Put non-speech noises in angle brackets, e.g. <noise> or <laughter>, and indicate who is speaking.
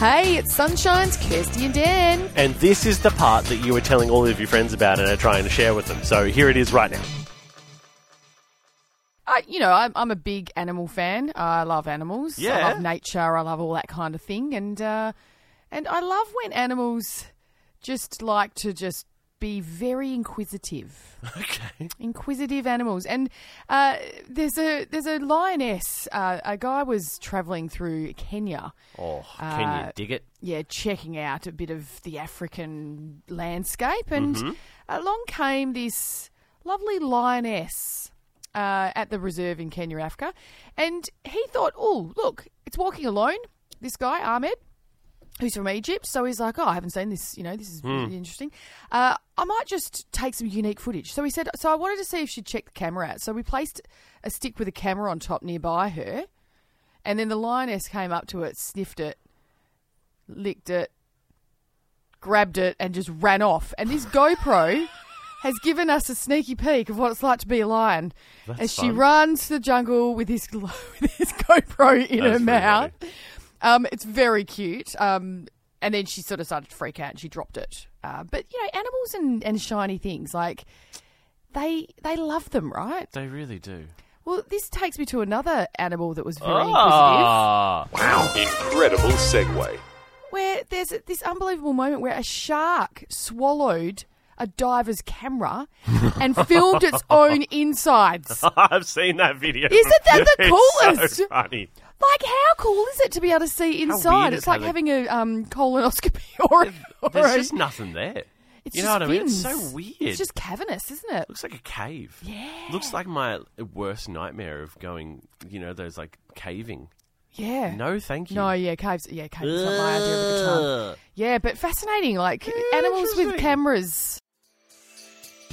Speaker 1: Hey, it's Sunshine's Kirsty and Dan.
Speaker 2: And this is the part that you were telling all of your friends about and are trying to share with them. So here it is right now.
Speaker 1: I, you know, I'm, I'm a big animal fan. I love animals. I
Speaker 2: Yeah.
Speaker 1: love nature. I love all that kind of thing. And uh, and I love when animals just like to just be very inquisitive.
Speaker 2: <laughs> Okay.
Speaker 1: inquisitive animals. And uh, there's a there's a lioness. Uh, a guy was travelling through Kenya,
Speaker 2: Oh,
Speaker 1: Uh,
Speaker 2: can you dig it?
Speaker 1: yeah, checking out a bit of the African landscape, and along came this lovely lioness. Uh, at the reserve in Kenya, Africa, and he thought, "Oh, look, it's walking alone." This guy Ahmed, who's from Egypt, so he's like, "Oh, I haven't seen this. You know, this is really interesting. Uh, I might just take some unique footage." So he said, "So I wanted to see if she'd check the camera out." So we placed a stick with a camera on top nearby her, and then the lioness came up to it, sniffed it, licked it, grabbed it, and just ran off. And this GoPro has given us a sneaky peek of what it's like to be a lion as she
Speaker 2: fun.
Speaker 1: runs to the jungle with his, <laughs> with his GoPro in
Speaker 2: That's
Speaker 1: her
Speaker 2: pretty
Speaker 1: mouth. Um, it's very cute. Um, and then she sort of started to freak out and she dropped it. Uh, but, you know, animals and, and shiny things, like, they they love them, right?
Speaker 2: They really do.
Speaker 1: Well, this takes me to another animal that was very inquisitive.
Speaker 2: Ah.
Speaker 3: Incredible segue.
Speaker 1: where there's this unbelievable moment where a shark swallowed a diver's
Speaker 2: <laughs>
Speaker 1: camera and filmed its own insides.
Speaker 2: <laughs> I've seen that video.
Speaker 1: Isn't that the
Speaker 2: <laughs> It's so
Speaker 1: coolest?
Speaker 2: funny.
Speaker 1: Like, how cool is it to be able to see
Speaker 2: weird
Speaker 1: inside?
Speaker 2: is
Speaker 1: It's like
Speaker 2: how they-
Speaker 1: having a um, colonoscopy <laughs> or, or
Speaker 2: There's
Speaker 1: a-
Speaker 2: just nothing there.
Speaker 1: it's
Speaker 2: you know
Speaker 1: just
Speaker 2: what I mean? It's
Speaker 1: fins.
Speaker 2: so weird.
Speaker 1: It's just cavernous, isn't it?
Speaker 2: Looks like a cave. Yeah. Looks like my worst nightmare of going, you know, those like caving.
Speaker 1: Yeah.
Speaker 2: No, thank you.
Speaker 1: No, yeah, caves. Yeah, caves. is Not my idea of a good time. Yeah, but fascinating. Like animals with
Speaker 2: Interesting.
Speaker 1: cameras.